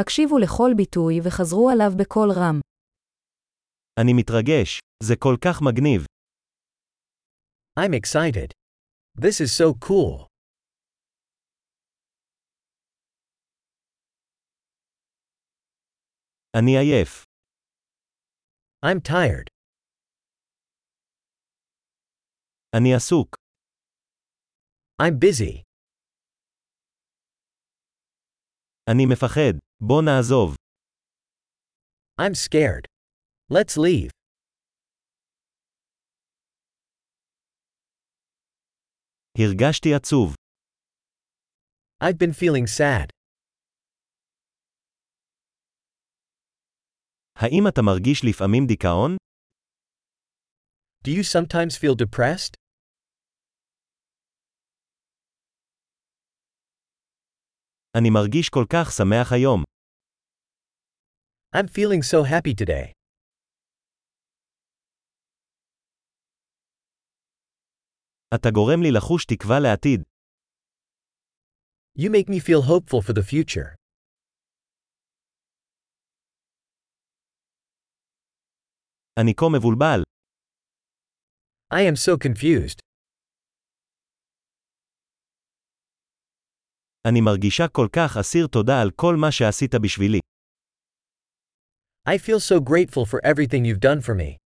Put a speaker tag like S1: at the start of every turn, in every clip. S1: הקשיבו לכל ביטוי וחזרו עליו בקול רם.
S2: אני מתרגש, זה כל כך מגניב.
S3: I'm excited. This is so cool.
S2: אני עייף.
S3: I'm tired.
S2: אני עסוק.
S3: I'm busy.
S2: אני מפחד. בוא נעזוב.
S3: I'm scared. Let's leave.
S2: הרגשתי עצוב.
S3: I've been feeling sad.
S2: האם אתה מרגיש לפעמים דיכאון?
S3: Do you sometimes feel depressed?
S2: אני מרגיש כל כך שמח היום.
S3: I'm feeling so happy today.
S2: אתה גורם לי לחוש תקווה לעתיד.
S3: You make me feel hopeful for the future.
S2: אני כה מבולבל.
S3: I am so confused.
S2: אני מרגישה כל כך אסיר תודה על כל מה שעשית בשבילי.
S3: I feel so grateful for everything you've done for me.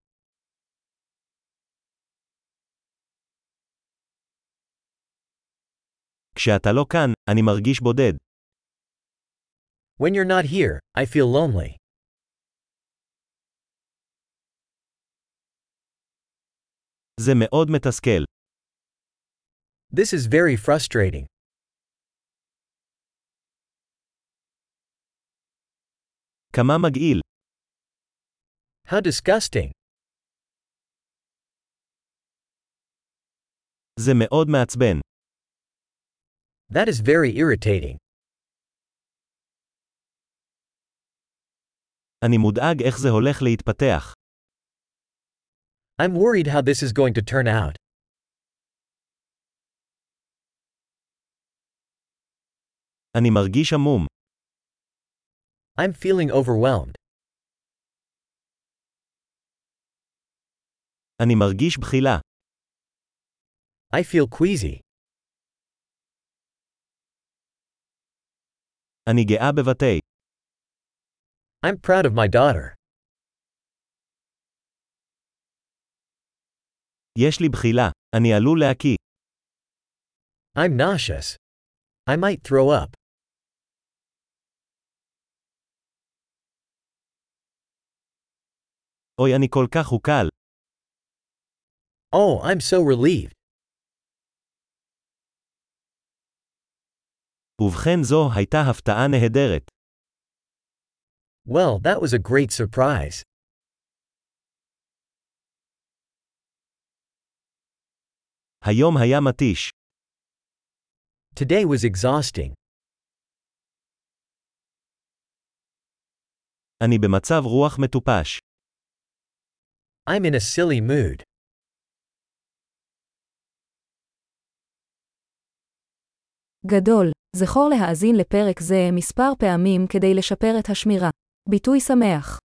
S2: כשאתה לא כאן, אני מרגיש בודד.
S3: When you're not here, I feel lonely.
S2: זה מאוד מתסכל.
S3: This is very frustrating.
S2: כמה מגעיל.
S3: How disgusting.
S2: זה מאוד מעצבן.
S3: That is very irritating.
S2: אני מודאג איך זה הולך להתפתח.
S3: I'm worried how this is going to turn out.
S2: אני מרגיש עמום.
S3: I'm feeling overwhelmed.
S2: אני מרגיש בחילה.
S3: I feel queasy.
S2: אני גאה בבתי.
S3: I'm proud of my daughter.
S2: יש לי בחילה. אני עלול להקיא.
S3: I'm nauseous. I might throw up.
S2: אוי, אני כל כך הוקל.
S3: Oh, I'm so relieved.
S2: ובכן זו הייתה הפתעה נהדרת.
S3: Well, that was a great surprise.
S2: היום היה מתיש.
S3: Today was exhausting.
S2: אני במצב רוח מטופש.
S3: I'm in a silly mood.
S1: גדול, זכור להאזין לפרק זה מספר פעמים כדי לשפר את השמירה. ביטוי שמח